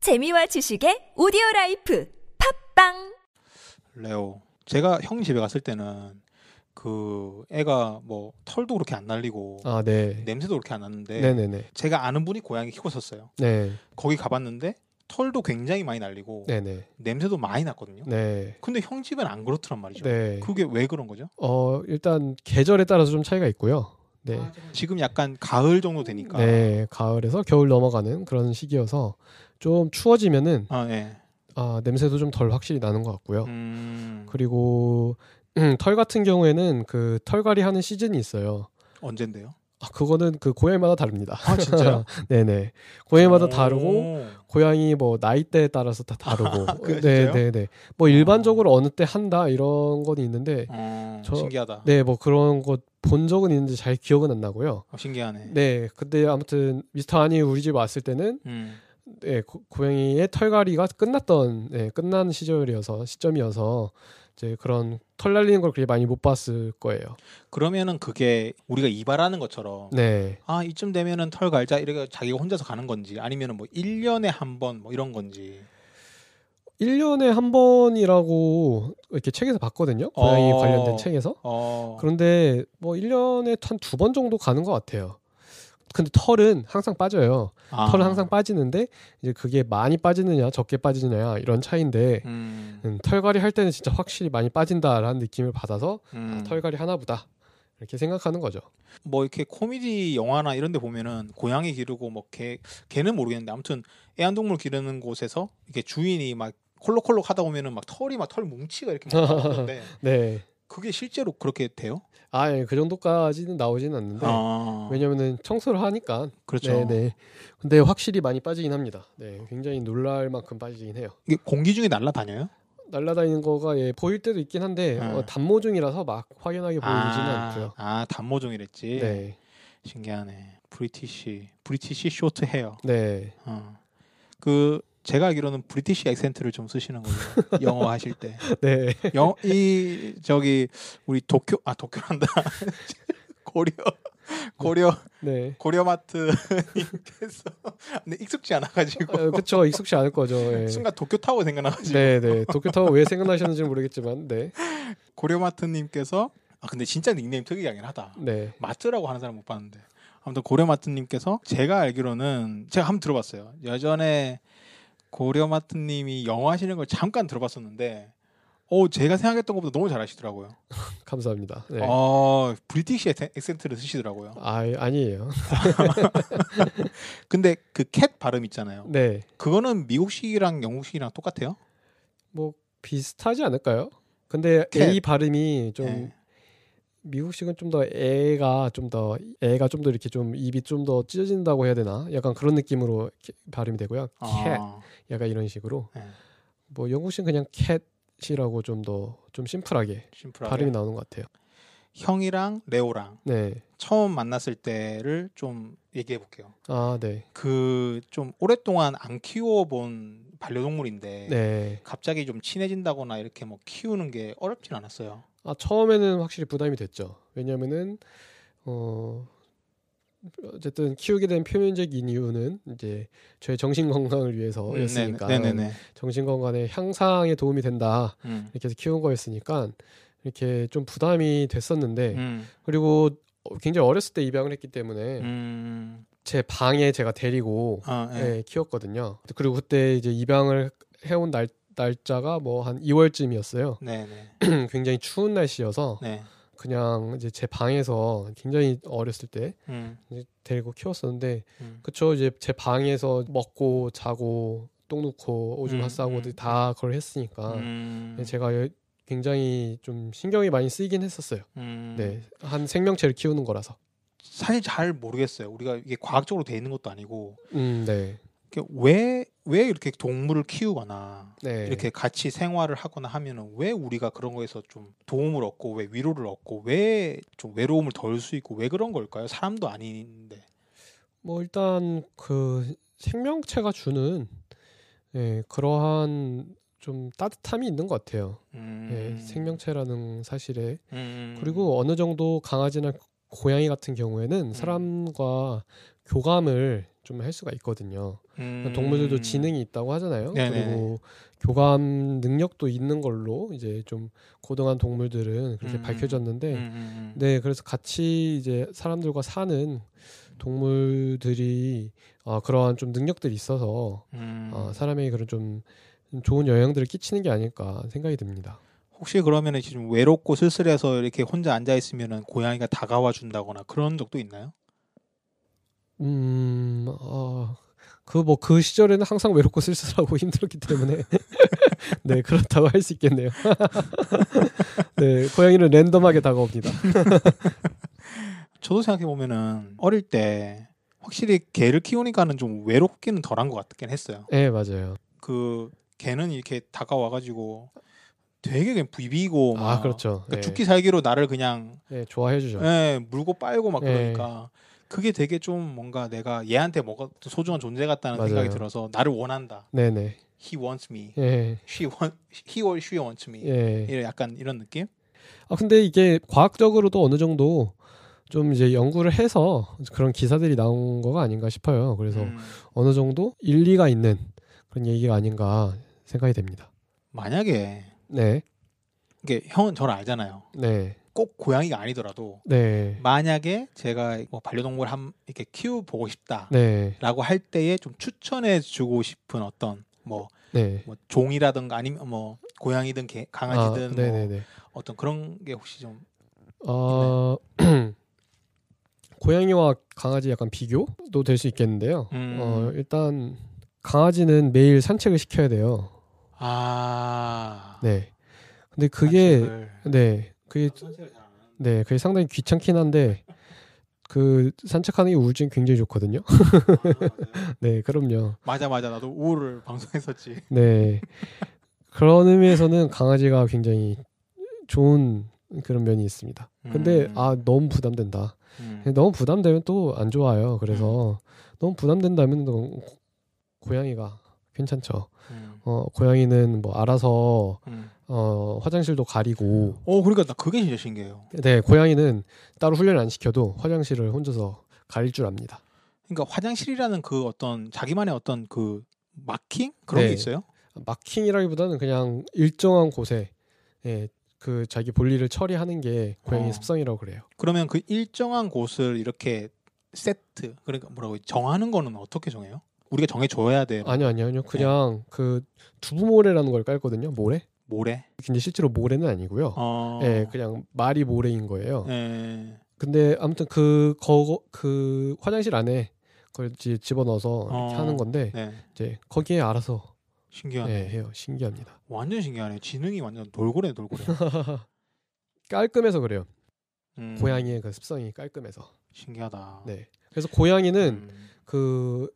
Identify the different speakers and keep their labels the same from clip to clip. Speaker 1: 재미와 지식의 오디오 라이프 팝빵
Speaker 2: 레오. 제가 형 집에 갔을 때는 그 애가 뭐 털도 그렇게 안 날리고
Speaker 3: 아, 네.
Speaker 2: 냄새도 그렇게 안 났는데
Speaker 3: 네, 네, 네.
Speaker 2: 제가 아는 분이 고양이 키고 있었어요.
Speaker 3: 네.
Speaker 2: 거기 가봤는데 털도 굉장히 많이 날리고
Speaker 3: 네, 네.
Speaker 2: 냄새도 많이 났거든요.
Speaker 3: 네.
Speaker 2: 근데 형 집은 안 그렇더란 말이죠.
Speaker 3: 네.
Speaker 2: 그게 왜 그런 거죠?
Speaker 3: 어, 일단 계절에 따라서 좀 차이가 있고요. 네.
Speaker 2: 아, 지금 약간 가을 정도 되니까
Speaker 3: 네, 가을에서 겨울 넘어가는 그런 시기여서 좀 추워지면은
Speaker 2: 아, 예.
Speaker 3: 아, 냄새도 좀 덜 확실히 나는 것 같고요.
Speaker 2: 음,
Speaker 3: 어. 그리고 음, 털 같은 경우에는 그 털갈이 하는 시즌이 있어요.
Speaker 2: 언젠데요?
Speaker 3: 아, 그거는 그 고양이마다 다릅니다.
Speaker 2: 아 진짜요?
Speaker 3: 네, 네.
Speaker 2: 어.
Speaker 3: 고양이마다 다르고
Speaker 2: 오.
Speaker 3: 고양이 뭐 나이대에 따라서 다 다르고
Speaker 2: 그래요,
Speaker 3: 네
Speaker 2: 진짜요?
Speaker 3: 네 네 뭐 일반적으로 어느 때 한다 이런 건 있는데
Speaker 2: 어,
Speaker 3: 저-
Speaker 2: 신기하다.
Speaker 3: 네 뭐 그런 거 본 적은 있는데 잘 기억은 안 나고요
Speaker 2: 어, 신기하네.
Speaker 3: 네 근데 아무튼 미스터 아니 우리 집 왔을 때는
Speaker 2: 음.
Speaker 3: 네 고, 고양이의 털갈이가 끝났던 네 끝난 시절이어서 시점이어서 이제 그런 털 날리는 걸 그렇게 많이 못 봤을 거예요
Speaker 2: 그러면은 그게 우리가 이발하는 것처럼
Speaker 3: 네
Speaker 2: 아 이쯤 되면은 털 갈자 이렇게 자기가 혼자서 가는 건지 아니면은 뭐 1년에 한 번 뭐 이런 건지
Speaker 3: 일년에한 번이라고 이렇게 책에서 봤거든요 고양이
Speaker 2: 어.
Speaker 3: 관련된 책에서
Speaker 2: 어
Speaker 3: 그런데 뭐 1년에 한 두 번 정도 가는 것 같아요. 근데 털은 항상 빠져요.
Speaker 2: 아.
Speaker 3: 털은 항상 빠지는데 이제 그게 많이 빠지느냐 적게 빠지느냐 이런 차이인데
Speaker 2: 음,
Speaker 3: 음, 털갈이 할 때는 진짜 확실히 많이 빠진다라는 느낌을 받아서
Speaker 2: 음.
Speaker 3: 아, 털갈이 하나보다 이렇게 생각하는 거죠.
Speaker 2: 뭐 이렇게 코미디 영화나 이런 데 보면은 고양이 기르고 뭐 개 개는 모르겠는데 아무튼 애완동물 기르는 곳에서 이렇게 주인이 막 콜록콜록 하다 보면은 막 털이 막 털 뭉치가 이렇게 막 나오는데
Speaker 3: 네.
Speaker 2: 그게 실제로 그렇게 돼요?
Speaker 3: 아, 예, 그 정도까지는 나오지는 않는데
Speaker 2: 아
Speaker 3: 네. 왜냐면은 청소를 하니까
Speaker 2: 그렇죠.
Speaker 3: 네, 네. 근데 확실히 많이 빠지긴 합니다. 네, 굉장히 놀랄 만큼 빠지긴 해요.
Speaker 2: 이게 공기 중에 날라다녀요?
Speaker 3: 날라다니는 거가 예, 보일 때도 있긴 한데
Speaker 2: 음.
Speaker 3: 어, 단모종이라서 막 확연하게 보이지는
Speaker 2: 아,
Speaker 3: 않고요.
Speaker 2: 아 단모종이랬지.
Speaker 3: 네,
Speaker 2: 신기하네. 브리티시 브리티시 쇼트 헤어.
Speaker 3: 네,
Speaker 2: 어. 그 제가 알기로는 브리티시 액센트를 좀 쓰시는 거예요. 영어 하실 때.
Speaker 3: 네.
Speaker 2: 영, 이 저기 우리 도쿄 아 도쿄란다. 고려 고려
Speaker 3: 네.
Speaker 2: 고려마트님께서 근데 익숙지 않아가지고
Speaker 3: 어, 그쵸 익숙치 않을 거죠. 예.
Speaker 2: 순간 도쿄 타워 생각나가지고
Speaker 3: 네, 네. 도쿄타워 왜 생각나셨는지 는 모르겠지만, 네,
Speaker 2: 고려마트님께서 아 근데 진짜 닉네임 특이하긴 하다.
Speaker 3: 네,
Speaker 2: 마트라고 하는 사람 못 봤는데 아무튼 고려마트님께서 제가 알기로는 제가 한번 들어봤어요 예전에 고려마트님이 영어 하시는 걸 잠깐 들어봤었는데 오 제가 생각했던 것보다 너무 잘하시더라고요
Speaker 3: 감사합니다. 네.
Speaker 2: 어 브리티시 액센- 액센트를 쓰시더라고요
Speaker 3: 아, 아니에요.
Speaker 2: 근데 그 캣 발음 있잖아요
Speaker 3: 네,
Speaker 2: 그거는 미국식이랑 영국식이랑 똑같아요
Speaker 3: 뭐 비슷하지 않을까요? 근데
Speaker 2: 캣.
Speaker 3: A 발음이 좀
Speaker 2: 네.
Speaker 3: 미국식은 좀 더 애가 좀 더 애가 좀 더 이렇게 좀 입이 좀 더 찢어진다고 해야 되나? 약간 그런 느낌으로 키- 발음이 되고요. 캣,
Speaker 2: 아,
Speaker 3: 약간 이런 식으로.
Speaker 2: 네.
Speaker 3: 뭐 영국식은 그냥 캣이라고 좀 더 좀 심플하게
Speaker 2: 심플하게
Speaker 3: 발음이 나오는 것 같아요.
Speaker 2: 형이랑 레오랑
Speaker 3: 네.
Speaker 2: 처음 만났을 때를 좀 얘기해 볼게요
Speaker 3: 아, 네.
Speaker 2: 그 좀 오랫동안 안 키워본 반려동물인데
Speaker 3: 네.
Speaker 2: 갑자기 좀 친해진다거나 이렇게 뭐 키우는 게 어렵진 않았어요.
Speaker 3: 아, 처음에는 확실히 부담이 됐죠. 왜냐면은 어 어쨌든 키우게 된 표면적인 이유는 이제 저의 정신 건강을 위해서였으니까
Speaker 2: 음, 네네, 네네네.
Speaker 3: 정신 건강에 향상에 도움이 된다
Speaker 2: 음.
Speaker 3: 이렇게 해서 키운 거였으니까 이렇게 좀 부담이 됐었는데
Speaker 2: 음.
Speaker 3: 그리고 어, 굉장히 어렸을 때 입양을 했기 때문에
Speaker 2: 음.
Speaker 3: 제 방에 제가 데리고
Speaker 2: 아, 예.
Speaker 3: 예, 키웠거든요. 그리고 그때 이제 입양을 해온 날 날짜가 뭐 한 2월쯤이었어요. 음,
Speaker 2: 네네.
Speaker 3: 굉장히 추운 날씨여서
Speaker 2: 네.
Speaker 3: 그냥 이제 제 방에서 굉장히 어렸을 때
Speaker 2: 음.
Speaker 3: 이제 데리고 키웠었는데
Speaker 2: 음.
Speaker 3: 그쵸 이제 제 방에서 먹고 자고 똥 누고 오줌
Speaker 2: 음,
Speaker 3: 하싸고
Speaker 2: 음.
Speaker 3: 다 그걸 했으니까 네,
Speaker 2: 음.
Speaker 3: 아, 제가 여- 굉장히 좀 신경이 많이 쓰이긴 했었어요.
Speaker 2: 음.
Speaker 3: 네, 한 생명체를 키우는 거라서.
Speaker 2: 사실 잘 모르겠어요. 우리가 이게 과학적으로 돼 있는 것도 아니고
Speaker 3: 음, 네,
Speaker 2: 왜왜 왜 이렇게 동물을 키우거나
Speaker 3: 네,
Speaker 2: 이렇게 같이 생활을 하거나 하면은 왜 우리가 그런 거에서 좀 도움을 얻고 왜 위로를 얻고 왜 좀 외로움을 덜 수 있고 왜 그런 걸까요? 사람도 아닌데.
Speaker 3: 뭐 일단 그 생명체가 주는 예, 그러한 좀 따뜻함이 있는 것 같아요.
Speaker 2: 음.
Speaker 3: 예, 생명체라는 사실에
Speaker 2: 음. 음.
Speaker 3: 그리고 어느 정도 강아지나 고양이 같은 경우에는 사람과 교감을 좀 할 수가 있거든요.
Speaker 2: 음.
Speaker 3: 그러니까 동물들도 지능이 있다고 하잖아요.
Speaker 2: 네네네.
Speaker 3: 그리고 교감 능력도 있는 걸로 이제 좀 고등한 동물들은 그렇게
Speaker 2: 음.
Speaker 3: 밝혀졌는데
Speaker 2: 음, 음, 음.
Speaker 3: 네, 그래서 같이 이제 사람들과 사는 동물들이 어, 그러한 좀 능력들이 있어서
Speaker 2: 음.
Speaker 3: 어, 사람에게 그런 좀 좋은 영향들을 끼치는 게 아닐까 생각이 듭니다.
Speaker 2: 혹시 그러면 지금 외롭고 쓸쓸해서 이렇게 혼자 앉아 있으면은 고양이가 다가와 준다거나 그런 적도 있나요?
Speaker 3: 음, 어, 그 뭐 그 시절에는 항상 외롭고 쓸쓸하고 힘들었기 때문에 네 그렇다고 할 수 있겠네요. 네, 고양이는 랜덤하게 다가옵니다.
Speaker 2: 저도 생각해 보면은 어릴 때 확실히 개를 키우니까는 좀 외롭기는 덜한 것 같긴 했어요.
Speaker 3: 네, 맞아요.
Speaker 2: 그 개는 이렇게 다가와가지고 되게 그냥 비비고 막
Speaker 3: 아, 그렇죠.
Speaker 2: 그러니까
Speaker 3: 예.
Speaker 2: 죽기 살기로 나를 그냥
Speaker 3: 네, 좋아해 주죠.
Speaker 2: 예, 물고 빨고 막
Speaker 3: 예.
Speaker 2: 그러니까 그게 되게 좀 뭔가 내가 얘한테 뭐가 소중한 존재 같다는
Speaker 3: 맞아요.
Speaker 2: 생각이 들어서 나를 원한다.
Speaker 3: 네, 네.
Speaker 2: He wants me.
Speaker 3: 예.
Speaker 2: She want, he or she wants me.
Speaker 3: 예.
Speaker 2: 이런 약간 이런 느낌?
Speaker 3: 아 근데 이게 과학적으로도 어느 정도 좀 이제 연구를 해서 그런 기사들이 나온 거가 아닌가 싶어요. 그래서
Speaker 2: 음,
Speaker 3: 어느 정도 일리가 있는 그런 얘기가 아닌가 생각이 됩니다.
Speaker 2: 만약에
Speaker 3: 네,
Speaker 2: 이게 형은 저를 알잖아요.
Speaker 3: 네,
Speaker 2: 꼭 고양이가 아니더라도
Speaker 3: 네,
Speaker 2: 만약에 제가 뭐 반려동물 한 이렇게 키워 보고 싶다라고
Speaker 3: 네,
Speaker 2: 할 때에 좀 추천해 주고 싶은 어떤 뭐,
Speaker 3: 네.
Speaker 2: 뭐 종이라든가 아니면 뭐 고양이든 개,
Speaker 3: 아,
Speaker 2: 강아지든
Speaker 3: 네,
Speaker 2: 뭐
Speaker 3: 네, 네.
Speaker 2: 어떤 그런 게 혹시 좀
Speaker 3: 어, 고양이와 강아지 약간 비교도 될 수 있겠는데요.
Speaker 2: 음.
Speaker 3: 어, 일단 강아지는 매일 산책을 시켜야 돼요.
Speaker 2: 아.
Speaker 3: 네. 근데 그게
Speaker 2: 산책을.
Speaker 3: 네, 그게 네, 그게 상당히 귀찮긴 한데 그 산책하는 게 우울증 굉장히 좋거든요. 네, 그럼요.
Speaker 2: 맞아 맞아 나도 우울을 방송했었지.
Speaker 3: 네, 그런 의미에서는 강아지가 굉장히 좋은 그런 면이 있습니다. 근데
Speaker 2: 음.
Speaker 3: 아그 너무 부담된다.
Speaker 2: 음.
Speaker 3: 너무 부담되면 또 안 좋아요. 그래서 너무 부담된다면 또 고- 고양이가 괜찮죠.
Speaker 2: 음.
Speaker 3: 어 고양이는 뭐 알아서
Speaker 2: 음.
Speaker 3: 어 화장실도 가리고
Speaker 2: 어 그러니까 나 그게 진짜 신기해요.
Speaker 3: 네 고양이는 따로 훈련 안 시켜도 화장실을 혼자서 가릴 줄 압니다.
Speaker 2: 그러니까 화장실이라는 그 어떤 자기만의 어떤 그 마킹 그런
Speaker 3: 네.
Speaker 2: 게 있어요?
Speaker 3: 마킹이라기보다는 그냥 일정한 곳에 예, 그 자기 볼일을 처리하는 게 고양이
Speaker 2: 어.
Speaker 3: 습성이라고 그래요.
Speaker 2: 그러면 그 일정한 곳을 이렇게 세트 그러니까 뭐라고 정하는 거는 어떻게 정해요? 우리가 정해 줘야 돼.
Speaker 3: 아니요, 아니요, 아니요. 그냥 그 두부 모래라는 걸 깔거든요. 모래.
Speaker 2: 모래.
Speaker 3: 근데 실제로 모래는 아니고요.
Speaker 2: 어.
Speaker 3: 예, 그냥 말이 모래인 거예요.
Speaker 2: 예.
Speaker 3: 근데 아무튼 그 거 그 화장실 안에 그걸 이제 집어넣어서 이렇게
Speaker 2: 어.
Speaker 3: 하는 건데
Speaker 2: 네.
Speaker 3: 이제 거기에 알아서
Speaker 2: 신기하네.
Speaker 3: 예, 해요. 신기합니다.
Speaker 2: 완전 신기하네. 지능이 완전 돌고래 돌고래.
Speaker 3: 깔끔해서 그래요.
Speaker 2: 음.
Speaker 3: 고양이의 그 습성이 깔끔해서.
Speaker 2: 신기하다.
Speaker 3: 네. 그래서 고양이는
Speaker 2: 음.
Speaker 3: 그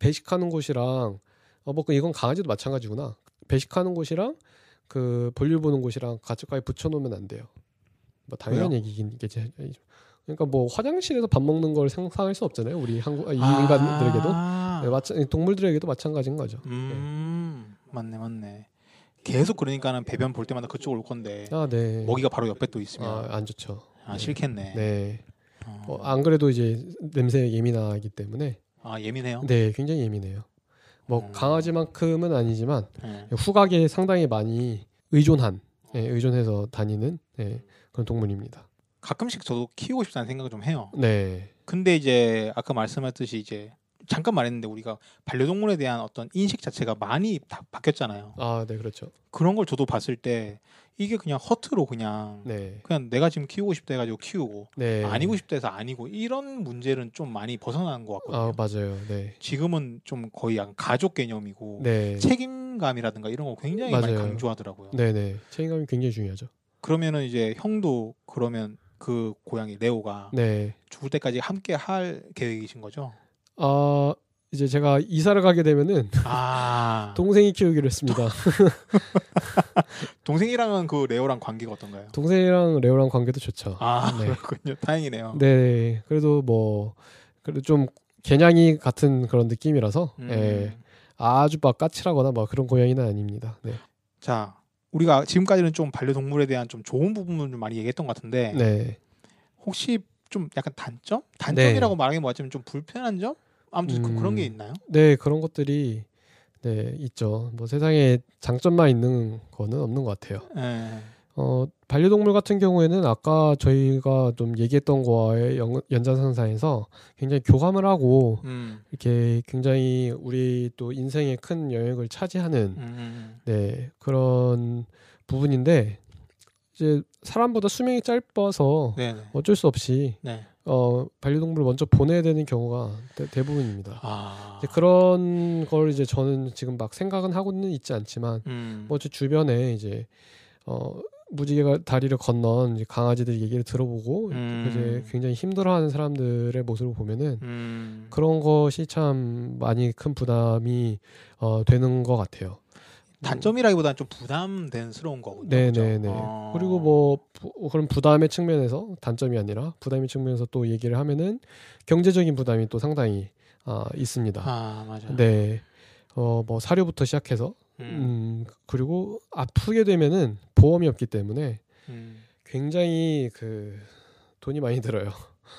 Speaker 3: 배식하는 곳이랑 어뭐 그 이건 강아지도 마찬가지구나. 배식하는 곳이랑 그 볼일 보는 곳이랑 가축가에 붙여놓으면 안 돼요. 뭐 당연한
Speaker 2: 왜요?
Speaker 3: 얘기긴 이제 그러니까 뭐 화장실에서 밥 먹는 걸 상상할 수 없잖아요. 우리 한국 아, 이 인간들에게도
Speaker 2: 아.
Speaker 3: 네, 마찬 동물들에게도 마찬가지인 거죠.
Speaker 2: 음. 맞네 맞네. 계속 그러니까는 배변 볼 때마다 그쪽 올 건데
Speaker 3: 아 네.
Speaker 2: 먹이가 바로 옆에 또 있으면
Speaker 3: 아,
Speaker 2: 아,
Speaker 3: 안 좋죠. 네.
Speaker 2: 싫겠네.
Speaker 3: 네.
Speaker 2: 어.
Speaker 3: 어, 안 그래도 이제 냄새에 예민하기 때문에
Speaker 2: 아 예민해요.
Speaker 3: 네 굉장히 예민해요. 뭐
Speaker 2: 음.
Speaker 3: 강아지만큼은 아니지만
Speaker 2: 네.
Speaker 3: 후각에 상당히 많이 의존한 예, 의존해서 다니는 예, 그런 동물입니다.
Speaker 2: 가끔씩 저도 키우고 싶다는 생각을 좀 해요.
Speaker 3: 네,
Speaker 2: 근데 이제 아까 말씀했듯이 이제 잠깐 말했는데 우리가 반려동물에 대한 어떤 인식 자체가 많이 다 바뀌었잖아요.
Speaker 3: 아, 네 그렇죠.
Speaker 2: 그런 걸 저도 봤을 때 이게 그냥 허투루 그냥
Speaker 3: 네,
Speaker 2: 그냥 내가 지금 키우고 싶다 해가지고 키우고
Speaker 3: 네.
Speaker 2: 아니고 싶다 해서 아니고 이런 문제는 좀 많이 벗어난 것 같거든요.
Speaker 3: 아, 맞아요. 네,
Speaker 2: 지금은 좀 거의 약간 가족 개념이고
Speaker 3: 네,
Speaker 2: 책임감이라든가 이런 거 굉장히 많이
Speaker 3: 맞아요.
Speaker 2: 강조하더라고요.
Speaker 3: 네, 네. 책임감이 굉장히 중요하죠.
Speaker 2: 그러면은 이제 형도 그러면 그 고양이 레오가
Speaker 3: 네,
Speaker 2: 죽을 때까지 함께 할 계획이신 거죠?
Speaker 3: 아 이제 제가 이사를 가게 되면은
Speaker 2: 아
Speaker 3: 동생이 키우기로 했습니다.
Speaker 2: 동생이랑은 그 레오랑 관계가 어떤가요?
Speaker 3: 동생이랑 레오랑 관계도 좋죠.
Speaker 2: 아
Speaker 3: 네.
Speaker 2: 그렇군요. 다행이네요.
Speaker 3: 네, 그래도 뭐 그래도 좀 개냥이 같은 그런 느낌이라서
Speaker 2: 음.
Speaker 3: 예, 아주 막 까칠하거나 막 그런 고양이는 아닙니다. 네,
Speaker 2: 자 우리가 지금까지는 좀 반려동물에 대한 좀 좋은 부분을 좀 많이 얘기했던 것 같은데
Speaker 3: 네.
Speaker 2: 혹시 좀 약간 단점? 단점이라고 말하기 뭐하지만 좀 불편한 점? 아무튼
Speaker 3: 음.
Speaker 2: 그, 런게 있나요?
Speaker 3: 네, 그런 것들이 네, 있죠. 뭐 세상에 장점만 있는 거는 없는 것 같아요.
Speaker 2: 예.
Speaker 3: 어, 반려동물 같은 경우에는 아까 저희가 좀 얘기했던 거와의 연, 연장선상에서 굉장히 교감을 하고
Speaker 2: 음.
Speaker 3: 이렇게 굉장히 우리 또 인생에 큰 영역을 차지하는
Speaker 2: 음, 음.
Speaker 3: 네, 그런 부분인데 이제 사람보다 수명이 짧아서
Speaker 2: 네. 네.
Speaker 3: 어쩔 수 없이
Speaker 2: 네.
Speaker 3: 어, 반려동물을 먼저 보내야 되는 경우가 대, 대부분입니다.
Speaker 2: 아.
Speaker 3: 이제 그런 걸 이제 저는 지금 막 생각은 하고는 있지 않지만
Speaker 2: 음.
Speaker 3: 그 뭐제 주변에 이제 어 무지개가 다리를 건넌 이제 강아지들 얘기를 들어보고
Speaker 2: 음.
Speaker 3: 이제 굉장히 힘들어하는 사람들의 모습을 보면은
Speaker 2: 음.
Speaker 3: 그런 것이 참 많이 큰 부담이 어 되는 것 같아요.
Speaker 2: 음. 단점이라기보다는 좀 부담된스러운 거군요.
Speaker 3: 네네네.
Speaker 2: 그죠? 어.
Speaker 3: 그리고 뭐 부- 그런 부담의 측면에서 단점이 아니라 부담의 측면에서 또 얘기를 하면은 경제적인 부담이 또 상당히 아 있습니다.
Speaker 2: 아 맞아.
Speaker 3: 네. 어 뭐 사료부터 시작해서
Speaker 2: 음.
Speaker 3: 음 그리고 아프게 되면은 보험이 없기 때문에
Speaker 2: 음.
Speaker 3: 굉장히 그 돈이 많이 들어요.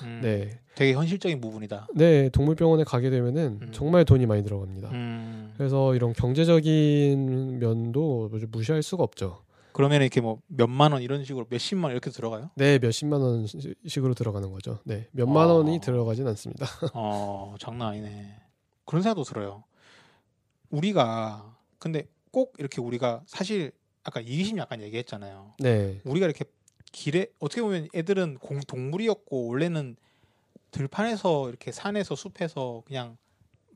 Speaker 2: 음.
Speaker 3: 네.
Speaker 2: 되게 현실적인 부분이다.
Speaker 3: 네, 동물병원에 가게 되면은
Speaker 2: 음.
Speaker 3: 정말 돈이 많이 들어갑니다.
Speaker 2: 음.
Speaker 3: 그래서 이런 경제적인 면도 아주 무시할 수가 없죠.
Speaker 2: 그러면 이렇게 뭐 몇만 원 이런 식으로 몇십만 원 이렇게 들어가요?
Speaker 3: 네, 몇십만 원씩으로 들어가는 거죠. 네, 몇만
Speaker 2: 아.
Speaker 3: 원이 들어가진 않습니다.
Speaker 2: 어 장난 아니네. 그런 생각도 들어요. 우리가 근데 꼭 이렇게 우리가 사실 아까 이기심 약간 얘기했잖아요.
Speaker 3: 네,
Speaker 2: 우리가 이렇게 길에 어떻게 보면 애들은 공, 동물이었고 원래는 들판에서 이렇게 산에서 숲에서 그냥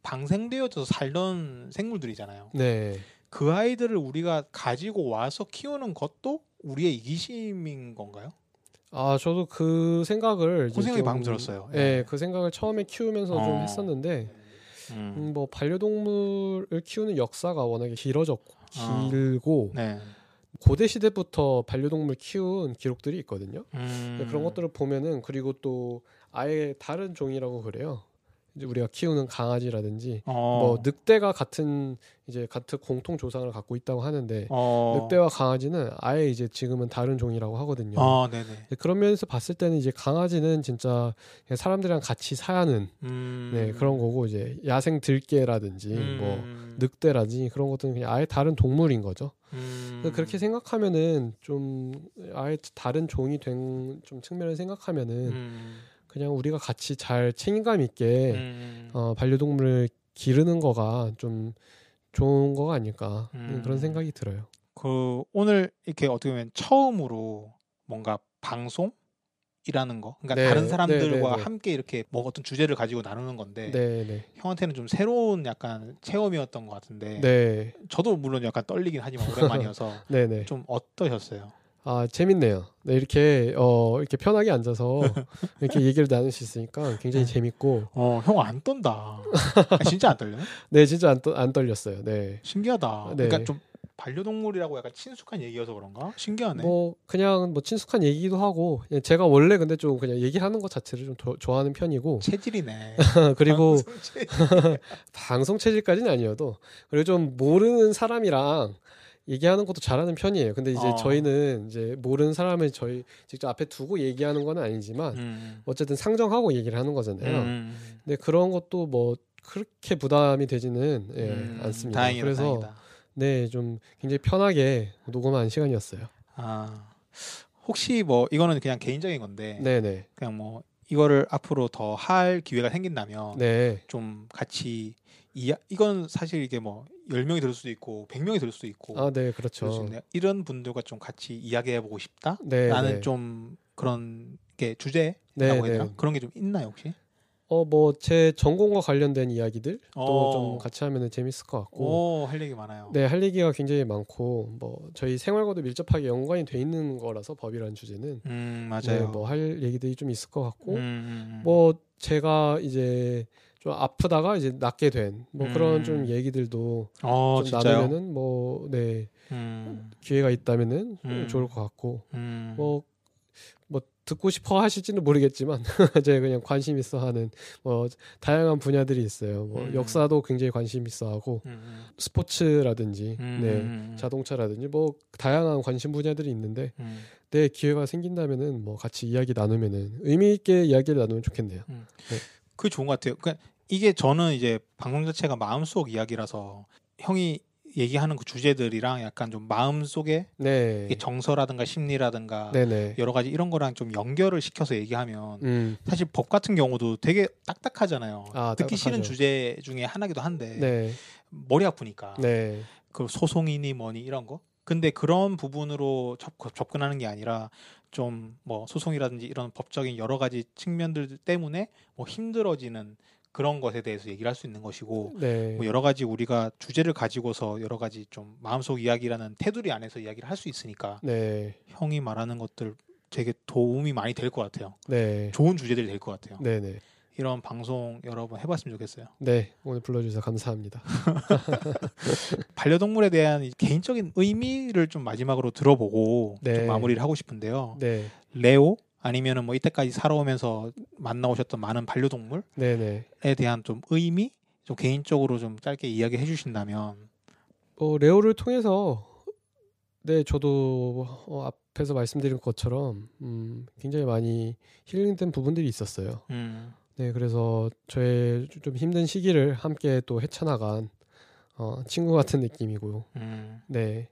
Speaker 2: 방생되어져서 살던 생물들이잖아요.
Speaker 3: 네,
Speaker 2: 그 아이들을 우리가 가지고 와서 키우는 것도 우리의 이기심인 건가요?
Speaker 3: 아 저도 그 생각을 이제
Speaker 2: 생각이
Speaker 3: 좀-
Speaker 2: 방금 들었어요.
Speaker 3: 네,
Speaker 2: 예.
Speaker 3: 그 생각을 처음에 키우면서 좀
Speaker 2: 어.
Speaker 3: 했었는데
Speaker 2: 음.
Speaker 3: 음, 뭐 반려동물을 키우는 역사가 워낙에 길어졌고
Speaker 2: 아.
Speaker 3: 길고
Speaker 2: 네.
Speaker 3: 고대 시대부터 반려동물 키운 기록들이 있거든요.
Speaker 2: 음.
Speaker 3: 근데 그런 것들을 보면은 그리고 또 아예 다른 종이라고 그래요. 이제 우리가 키우는 강아지라든지
Speaker 2: 어.
Speaker 3: 뭐 늑대가 같은 이제 같은 공통 조상을 갖고 있다고 하는데
Speaker 2: 어.
Speaker 3: 늑대와 강아지는 아예 이제 지금은 다른 종이라고 하거든요.
Speaker 2: 아, 네네.
Speaker 3: 근데 그런 면에서 봤을 때는 이제 강아지는 진짜 그냥 사람들이랑 같이 사는
Speaker 2: 음.
Speaker 3: 네, 그런 거고 이제 야생 들개라든지 뭐
Speaker 2: 음.
Speaker 3: 늑대라든지 그런 것들은 그냥 아예 다른 동물인 거죠. 그러니까
Speaker 2: 음.
Speaker 3: 그래서 그렇게 생각하면은 좀 아예 다른 종이 된 좀 측면을 생각하면은
Speaker 2: 음.
Speaker 3: 그냥 우리가 같이 잘 책임감 있게
Speaker 2: 음.
Speaker 3: 어, 반려동물을 기르는 거가 좀 좋은 거가 아닐까
Speaker 2: 음.
Speaker 3: 그런 생각이 들어요.
Speaker 2: 그 오늘 이렇게 어떻게 보면 처음으로 뭔가 방송이라는 거, 그러니까
Speaker 3: 네,
Speaker 2: 다른
Speaker 3: 네,
Speaker 2: 사람들과
Speaker 3: 네, 네.
Speaker 2: 함께 이렇게 뭐 어떤 주제를 가지고 나누는 건데
Speaker 3: 네, 네,
Speaker 2: 형한테는 좀 새로운 약간 체험이었던 것 같은데
Speaker 3: 네, 네,
Speaker 2: 저도 물론 약간 떨리긴 하지만 오랜만이어서
Speaker 3: 네. 네.
Speaker 2: 좀 어떠셨어요?
Speaker 3: 아 재밌네요. 네, 이렇게 어 이렇게 편하게 앉아서 이렇게 얘기를 나눌 수 있으니까 굉장히
Speaker 2: 네.
Speaker 3: 재밌고
Speaker 2: 어, 형 안 떤다. 아, 진짜 안 떨려?
Speaker 3: 네 진짜 안, 떠- 안 떨렸어요. 네.
Speaker 2: 신기하다.
Speaker 3: 네.
Speaker 2: 그러니까 좀 반려동물이라고 약간 친숙한 얘기여서 그런가? 신기하네.
Speaker 3: 뭐 그냥 뭐 친숙한 얘기기도 하고 그냥 제가 원래 근데 좀 그냥 얘기하는 것 자체를 좀 더- 좋아하는 편이고 아,
Speaker 2: 아, 체질이네.
Speaker 3: 그리고
Speaker 2: 방송 체질.
Speaker 3: 방송 체질까지는 아니어도 그리고 좀 모르는 사람이랑 얘기하는 것도 잘하는 편이에요. 근데 이제
Speaker 2: 어.
Speaker 3: 저희는 이제 모르는 사람을 저희 직접 앞에 두고 얘기하는 건 아니지만
Speaker 2: 음.
Speaker 3: 어쨌든 상정하고 얘기를 하는 거잖아요.
Speaker 2: 음.
Speaker 3: 근데 네, 그런 것도 뭐 그렇게 부담이 되지는 예,
Speaker 2: 음,
Speaker 3: 않습니다.
Speaker 2: 다행이다,
Speaker 3: 그래서
Speaker 2: 다행이다.
Speaker 3: 네 좀 굉장히 편하게 녹음한 시간이었어요.
Speaker 2: 아 혹시 뭐 이거는 그냥 개인적인 건데
Speaker 3: 네네
Speaker 2: 그냥 뭐 이거를 앞으로 더 할 기회가 생긴다면
Speaker 3: 네
Speaker 2: 좀 같이 이 이건 사실 이게 뭐 10명이 들을 수도 있고 100명이 들을 수도 있고
Speaker 3: 아 네
Speaker 2: 뭐 그럴 수
Speaker 3: 그렇죠.
Speaker 2: 있는데 이런 분들과 좀 같이 이야기해 보고 싶다.
Speaker 3: 네,
Speaker 2: 나는
Speaker 3: 네.
Speaker 2: 좀 그런 게 주제라고
Speaker 3: 네,
Speaker 2: 해야 되나?
Speaker 3: 네.
Speaker 2: 그런 게 좀 있나요, 혹시?
Speaker 3: 어 뭐 제 전공과 관련된 이야기들 또
Speaker 2: 어.
Speaker 3: 좀 같이 하면은 재밌을 것 같고
Speaker 2: 오, 할 얘기 많아요.
Speaker 3: 네, 할 얘기가 굉장히 많고 뭐 저희 생활과도 밀접하게 연관이 돼 있는 거라서 법이라는 주제는
Speaker 2: 음, 맞아요.
Speaker 3: 뭐 할 얘기들이 좀 있을 것 같고
Speaker 2: 음, 음, 음.
Speaker 3: 뭐 제가 이제 좀 아프다가 이제 낫게 된 뭐 그런
Speaker 2: 음.
Speaker 3: 좀 얘기들도
Speaker 2: 어,
Speaker 3: 좀
Speaker 2: 진짜요?
Speaker 3: 나누면은 뭐 네
Speaker 2: 음.
Speaker 3: 기회가 있다면은
Speaker 2: 음.
Speaker 3: 좋을 것 같고
Speaker 2: 음.
Speaker 3: 뭐 뭐 듣고 싶어 하실지는 모르겠지만 제가 그냥 관심 있어 하는 뭐 다양한 분야들이 있어요. 뭐
Speaker 2: 음.
Speaker 3: 역사도 굉장히 관심 있어 하고
Speaker 2: 음,
Speaker 3: 스포츠라든지
Speaker 2: 음,
Speaker 3: 네.
Speaker 2: 음, 음.
Speaker 3: 자동차라든지 뭐 다양한 관심 분야들이 있는데
Speaker 2: 음.
Speaker 3: 내 기회가 생긴다면은 뭐 같이 이야기 나누면은 의미 있게 이야기를 나누면 좋겠네요.
Speaker 2: 그게 좋은 것 같아요. 그러니까 이게 저는 이제 방송 자체가 마음속 이야기라서 형이 얘기하는 그 주제들이랑 약간 좀 마음속에
Speaker 3: 네.
Speaker 2: 이게 정서라든가 심리라든가
Speaker 3: 네네.
Speaker 2: 여러 가지 이런 거랑 좀 연결을 시켜서 얘기하면
Speaker 3: 음.
Speaker 2: 사실 법 같은 경우도 되게 딱딱하잖아요.
Speaker 3: 아,
Speaker 2: 듣기 싫은
Speaker 3: 딱딱하죠.
Speaker 2: 주제 중에 하나기도 한데
Speaker 3: 네.
Speaker 2: 머리 아프니까
Speaker 3: 네.
Speaker 2: 그 소송이니 뭐니 이런 거. 근데 그런 부분으로 접, 접근하는 게 아니라 좀 뭐 소송이라든지 이런 법적인 여러 가지 측면들 때문에 뭐 힘들어지는 그런 것에 대해서 얘기를 할 수 있는 것이고
Speaker 3: 네.
Speaker 2: 뭐 여러 가지 우리가 주제를 가지고서 여러 가지 좀 마음속 이야기라는 테두리 안에서 이야기를 할 수 있으니까
Speaker 3: 네.
Speaker 2: 형이 말하는 것들 되게 도움이 많이 될 것 같아요.
Speaker 3: 네.
Speaker 2: 좋은 주제들이 될 것 같아요.
Speaker 3: 네네.
Speaker 2: 이런 방송 여러 번 해봤으면 좋겠어요.
Speaker 3: 네. 오늘 불러주셔서 감사합니다.
Speaker 2: 반려동물에 대한 이 개인적인 의미를 좀 마지막으로 들어보고
Speaker 3: 네.
Speaker 2: 좀 마무리를 하고 싶은데요.
Speaker 3: 네.
Speaker 2: 레오 아니면은 뭐 이때까지 살아오면서 만나오셨던 많은 반려동물에
Speaker 3: 네네.
Speaker 2: 대한 좀 의미 좀 개인적으로 좀 짧게 이야기해 주신다면
Speaker 3: 어, 레오를 통해서 네 저도 어, 앞에서 말씀드린 것처럼 음, 굉장히 많이 힐링된 부분들이 있었어요.
Speaker 2: 음,
Speaker 3: 네 그래서 저의 좀 힘든 시기를 함께 또 헤쳐나간 어, 친구 같은 느낌이고요.
Speaker 2: 음,
Speaker 3: 네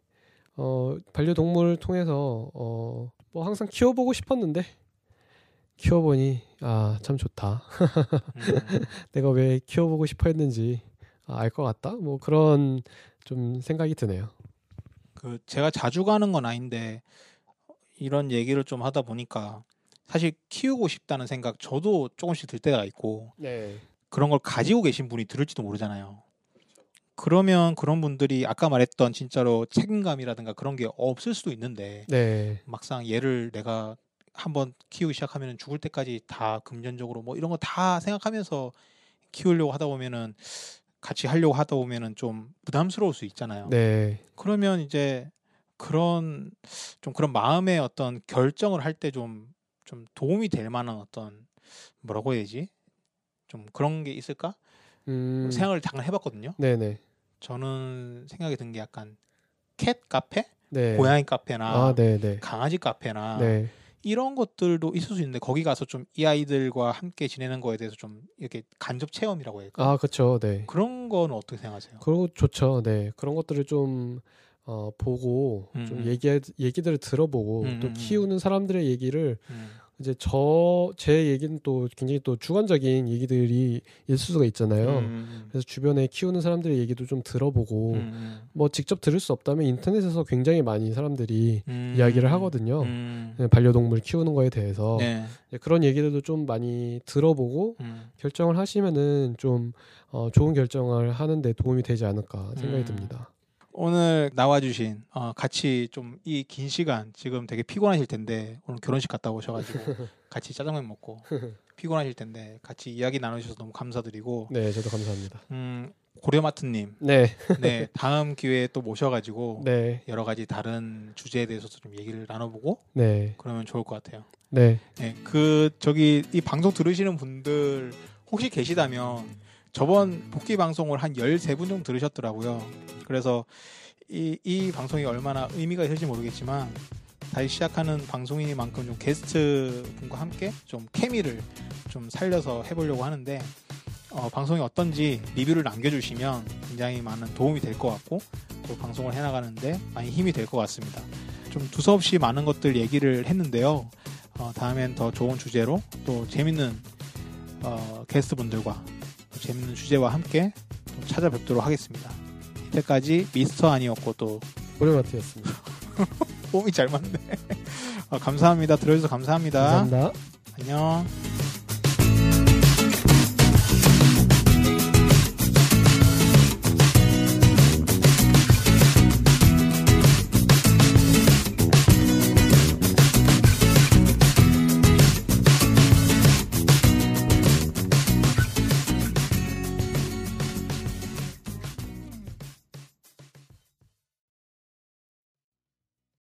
Speaker 3: 어, 반려동물을 통해서 어, 뭐 항상 키워보고 싶었는데 키워보니 아 참 좋다.
Speaker 2: 음,
Speaker 3: 내가 왜 키워보고 싶어 했는지 알 것 같다. 뭐 그런 좀 생각이 드네요.
Speaker 2: 그 제가 자주 가는 건 아닌데 이런 얘기를 좀 하다 보니까 사실 키우고 싶다는 생각 저도 조금씩 들 때가 있고
Speaker 3: 네.
Speaker 2: 그런 걸 가지고 계신 분이 들을지도 모르잖아요. 그러면 그런 분들이 아까 말했던 진짜로 책임감이라든가 그런 게 없을 수도 있는데
Speaker 3: 네.
Speaker 2: 막상 얘를 내가 한번 키우기 시작하면 죽을 때까지 다 금전적으로 뭐 이런 거 다 생각하면서 키우려고 하다 보면은 같이 하려고 하다 보면은 좀 부담스러울 수 있잖아요.
Speaker 3: 네.
Speaker 2: 그러면 이제 그런 좀 그런 마음의 어떤 결정을 할 때 좀 좀 도움이 될 만한 어떤 뭐라고 해야 되지? 좀 그런 게 있을까?
Speaker 3: 음.
Speaker 2: 생각을 잠깐 해봤거든요.
Speaker 3: 네네.
Speaker 2: 저는 생각이 든 게 약간 캣 카페,
Speaker 3: 네.
Speaker 2: 고양이 카페나
Speaker 3: 아, 네네.
Speaker 2: 강아지 카페나
Speaker 3: 네.
Speaker 2: 이런 것들도 있을 수 있는데 거기 가서 좀 이 아이들과 함께 지내는 거에 대해서 좀 이렇게 간접 체험이라고 해야 될까?
Speaker 3: 아, 그쵸. 네.
Speaker 2: 그런 건 어떻게 생각하세요?
Speaker 3: 그리고 좋죠. 네. 그런 것들을 좀 어, 보고
Speaker 2: 음,
Speaker 3: 좀
Speaker 2: 음.
Speaker 3: 얘기 얘기들을 들어보고
Speaker 2: 음,
Speaker 3: 또
Speaker 2: 음, 음.
Speaker 3: 키우는 사람들의 얘기를
Speaker 2: 음,
Speaker 3: 이제 저 제 얘기는 또 굉장히 또 주관적인 얘기들이 있을 수가 있잖아요.
Speaker 2: 음,
Speaker 3: 그래서 주변에 키우는 사람들의 얘기도 좀 들어보고
Speaker 2: 음, 음,
Speaker 3: 뭐 직접 들을 수 없다면 인터넷에서 굉장히 많이 사람들이
Speaker 2: 음,
Speaker 3: 이야기를
Speaker 2: 음,
Speaker 3: 하거든요. 네,
Speaker 2: 음.
Speaker 3: 반려동물 키우는 거에 대해서
Speaker 2: 네.
Speaker 3: 이제 그런 얘기들도 좀 많이 들어보고
Speaker 2: 음.
Speaker 3: 결정을 하시면은 좀 어, 좋은 결정을 하는데 도움이 되지 않을까 생각이
Speaker 2: 음.
Speaker 3: 듭니다.
Speaker 2: 오늘 나와주신 어, 같이 좀 이 긴 시간 지금 되게 피곤하실 텐데 오늘 결혼식 갔다 오셔가지고 같이 짜장면 먹고 피곤하실 텐데 같이 이야기 나누셔서 너무 감사드리고
Speaker 3: 네, 저도 감사합니다.
Speaker 2: 음, 고려마트님
Speaker 3: 네,
Speaker 2: 네 다음 기회에 또 모셔가지고
Speaker 3: 네,
Speaker 2: 여러 가지 다른 주제에 대해서도 좀 얘기를 나눠보고
Speaker 3: 네,
Speaker 2: 그러면 좋을 것 같아요.
Speaker 3: 네,
Speaker 2: 네, 그 저기 이 방송 들으시는 분들 혹시 계시다면 저번 복귀 방송을 한 13분 정도 들으셨더라고요. 그래서 이, 이 방송이 얼마나 의미가 있을지 모르겠지만 다시 시작하는 방송이니만큼 좀 게스트 분과 함께 좀 케미를 좀 살려서 해보려고 하는데 어, 방송이 어떤지 리뷰를 남겨주시면 굉장히 많은 도움이 될 것 같고 또 방송을 해나가는데 많이 힘이 될 것 같습니다. 좀 두서없이 많은 것들 얘기를 했는데요. 어, 다음엔 더 좋은 주제로 또 재밌는 어, 게스트분들과 또 재밌는 주제와 함께 또 찾아뵙도록 하겠습니다. 이때까지 미스터 아니었고 또
Speaker 3: 고려마트였습니다.
Speaker 2: 호흡이 잘 맞네. 어, 감사합니다. 들어주셔서 감사합니다.
Speaker 3: 감사합니다.
Speaker 2: 안녕.